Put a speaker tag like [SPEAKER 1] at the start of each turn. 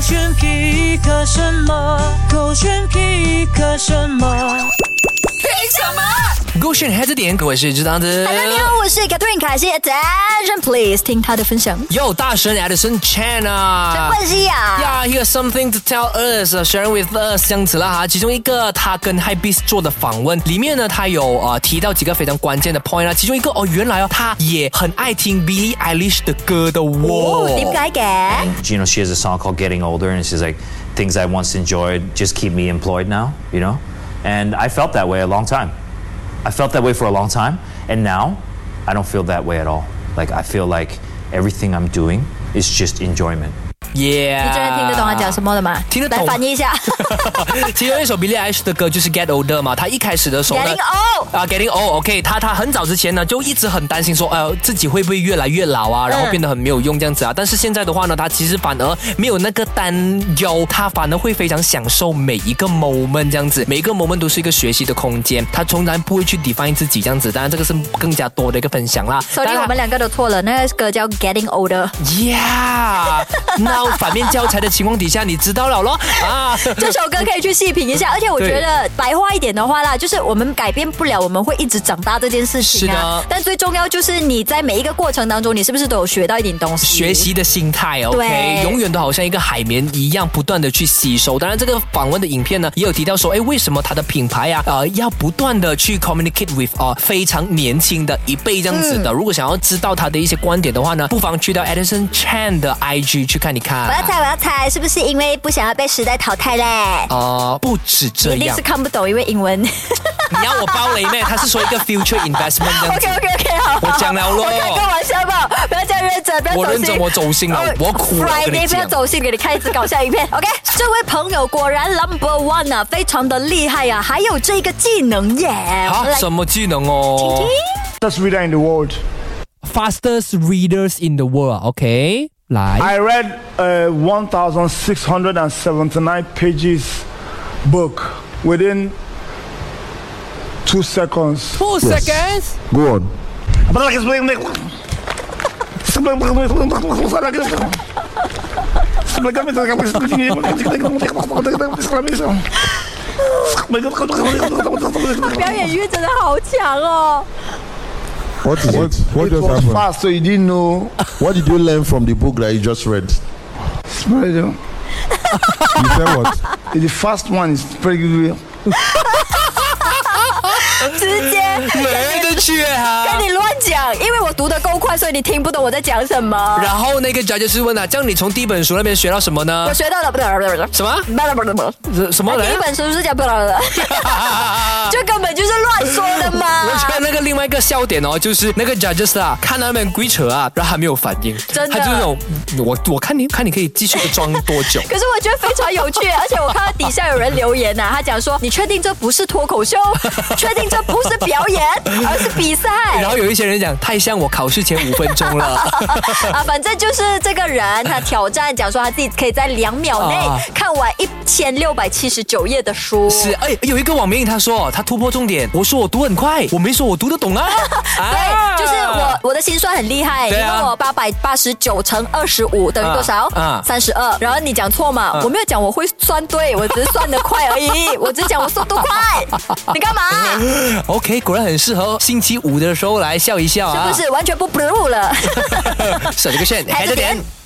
[SPEAKER 1] 选 pick 什么？勾选 pick 什么？
[SPEAKER 2] 凭什么？
[SPEAKER 3] 勾选孩子点，我是知道的。
[SPEAKER 2] Hello，你好，我是 Catherine 凯西，Attention please，听他的分享。
[SPEAKER 3] Yo，大神 Edison Chan
[SPEAKER 2] 陈
[SPEAKER 3] 啊。
[SPEAKER 2] 冠希呀，
[SPEAKER 3] Yeah, he has something to tell us, uh, sharing with us 这样子啦哈。其中一个他跟 h y b e a s 做的访问里面呢，他有呃提到几个非常关键的 point 啦。其中一个哦，原来哦他也很爱听 Billie Eilish 的歌的哦。
[SPEAKER 2] 点解嘅？
[SPEAKER 4] you know, she has a song called Getting Older, and she's like, things I once enjoyed just keep me employed now, you know? And I felt that way a long time. I felt that way for a long time, and now I don't feel that way at all. Like, I feel like everything I'm doing is just enjoyment.
[SPEAKER 3] Yeah，
[SPEAKER 2] 你真的听得懂啊他讲什么的吗？
[SPEAKER 3] 听得懂
[SPEAKER 2] 来翻译一 下。
[SPEAKER 3] 其中一首 Billie Eilish 的歌就是 Get Older 嘛，她一开始的时候呢
[SPEAKER 2] Getting old
[SPEAKER 3] 啊 Getting Old，OK，、她她很早之前呢就一直很担心说，呃，自己会不会越来越老啊，然后
[SPEAKER 2] 嗯
[SPEAKER 3] 变得很没有用这样子啊。但是现在的话呢，她其实反而没有那个担忧，她反而会非常享受每一个 moment 这样子，每一个 moment 都是一个学习的空间，她从来不会去 define 自己这样子。当然这个是更加多的一个分享啦。
[SPEAKER 2] Sorry，
[SPEAKER 3] 当然
[SPEAKER 2] 我们两个都错了，那个歌叫 Getting Older，
[SPEAKER 3] Yeah，那反面教材的情况底下，你知道了咯啊。
[SPEAKER 2] 这首歌可以去细品一下。而且我觉得白话一点的话啦，就是我们改变不了我们会一直长大这件事情啊
[SPEAKER 3] 是的。
[SPEAKER 2] 但最重要就是你在每一个过程当中，你是不是都有学到一点东西？
[SPEAKER 3] 学习的心态，OK，
[SPEAKER 2] 对
[SPEAKER 3] 永远都好像一个海绵一样，不断的去吸收。当然，这个访问的影片呢，也有提到说，哎，为什么它的品牌啊，呃，要不断的去 communicate with 啊、非常年轻的一辈这样子的。如果想要知道他的一些观点的话呢，不妨去到 Edison Chan 的 IG 去看一看
[SPEAKER 2] 我。要猜，我要猜，是不是因为不想要被时代淘汰嘞？
[SPEAKER 3] 呃，不止这
[SPEAKER 2] 一定
[SPEAKER 3] 样
[SPEAKER 2] 是，看不懂，因为英文。
[SPEAKER 3] 你要我包雷咩？他是说一 个 future investment 这样
[SPEAKER 2] OK
[SPEAKER 3] 子。
[SPEAKER 2] OK OK，好，
[SPEAKER 3] 我讲了咯
[SPEAKER 2] 我开个玩笑吧，不要这样认真，不要走心。
[SPEAKER 3] 我认真我走心了
[SPEAKER 2] 哦
[SPEAKER 3] 我哭了我跟你
[SPEAKER 2] Friday 不
[SPEAKER 3] 讲
[SPEAKER 2] 要走心，给你看一支搞笑影片。OK，这位朋友果然 number one 啊，非常的厉害啊，还有这个技能耶。我
[SPEAKER 3] 好
[SPEAKER 2] 们，来
[SPEAKER 3] 什么技能哦
[SPEAKER 5] Fastest reader in the world.
[SPEAKER 3] ？Fastest readers in the world，OK，、来。
[SPEAKER 5] I read uh, 1,679 pages book within two seconds.
[SPEAKER 3] Two seconds.
[SPEAKER 5] Go on. What
[SPEAKER 2] 表演欲真的好强哦。
[SPEAKER 6] What is it? What
[SPEAKER 5] it
[SPEAKER 6] just
[SPEAKER 5] was
[SPEAKER 6] happened?
[SPEAKER 5] fast, so you didn't know.
[SPEAKER 6] What did you learn from the book that you just read? You
[SPEAKER 5] The
[SPEAKER 6] said what?
[SPEAKER 5] first one is pretty good.
[SPEAKER 2] 直接
[SPEAKER 3] 没得去啊
[SPEAKER 2] 跟。你乱讲，因为我读的够快，所以你听不懂我在讲什 么。
[SPEAKER 3] 然后那个家就是问了、啊这样你从第一本书那边学到什么呢
[SPEAKER 2] 我？学到了，不对不对不
[SPEAKER 3] 什么？
[SPEAKER 2] 对不对不对，
[SPEAKER 3] 什什么啊
[SPEAKER 2] 第
[SPEAKER 3] 人
[SPEAKER 2] 一？本书是讲不了的，
[SPEAKER 3] 我
[SPEAKER 2] 这根本 就是乱说的 嘛。
[SPEAKER 3] 觉得那个另外一个笑点哦，就是那个 judges 啊，看到他们鬼扯啊，然后还没有反应，
[SPEAKER 2] 真的
[SPEAKER 3] 他就那种，我我看你看你可以继续地装多
[SPEAKER 2] 。
[SPEAKER 3] 久
[SPEAKER 2] 可是我觉得非常有趣，而且我看到底下有人留言呐、啊他讲说：“你确定这不是脱口秀？确定这不是表演，而是比赛
[SPEAKER 3] 然后有一些人讲太像我考试前五分钟了，
[SPEAKER 2] 啊？”反正就是这个人，他挑战讲说他自己可以在两秒内
[SPEAKER 3] 啊
[SPEAKER 2] 看完一千六百七十九页的书。
[SPEAKER 3] 是哎，有一个网民他说他突破重点，我说我读很快，我没说我读得懂啊，啊
[SPEAKER 2] 对，就是我我的心算很厉害，你
[SPEAKER 3] 对啊
[SPEAKER 2] 问我八百八十九乘二十五等于多少
[SPEAKER 3] 啊啊？啊
[SPEAKER 2] 三十二。然后你讲错嘛？我没有讲我会算对，我只是算得快而已，我只是讲我速度 快。你干嘛？
[SPEAKER 3] OK，果然很适合星期五的时候来笑一笑
[SPEAKER 2] 是
[SPEAKER 3] 啊，
[SPEAKER 2] 不是完全不 blue 了？
[SPEAKER 3] 是？小这个线，
[SPEAKER 2] 还
[SPEAKER 3] 开
[SPEAKER 2] 是
[SPEAKER 3] 着
[SPEAKER 2] 点
[SPEAKER 3] 点。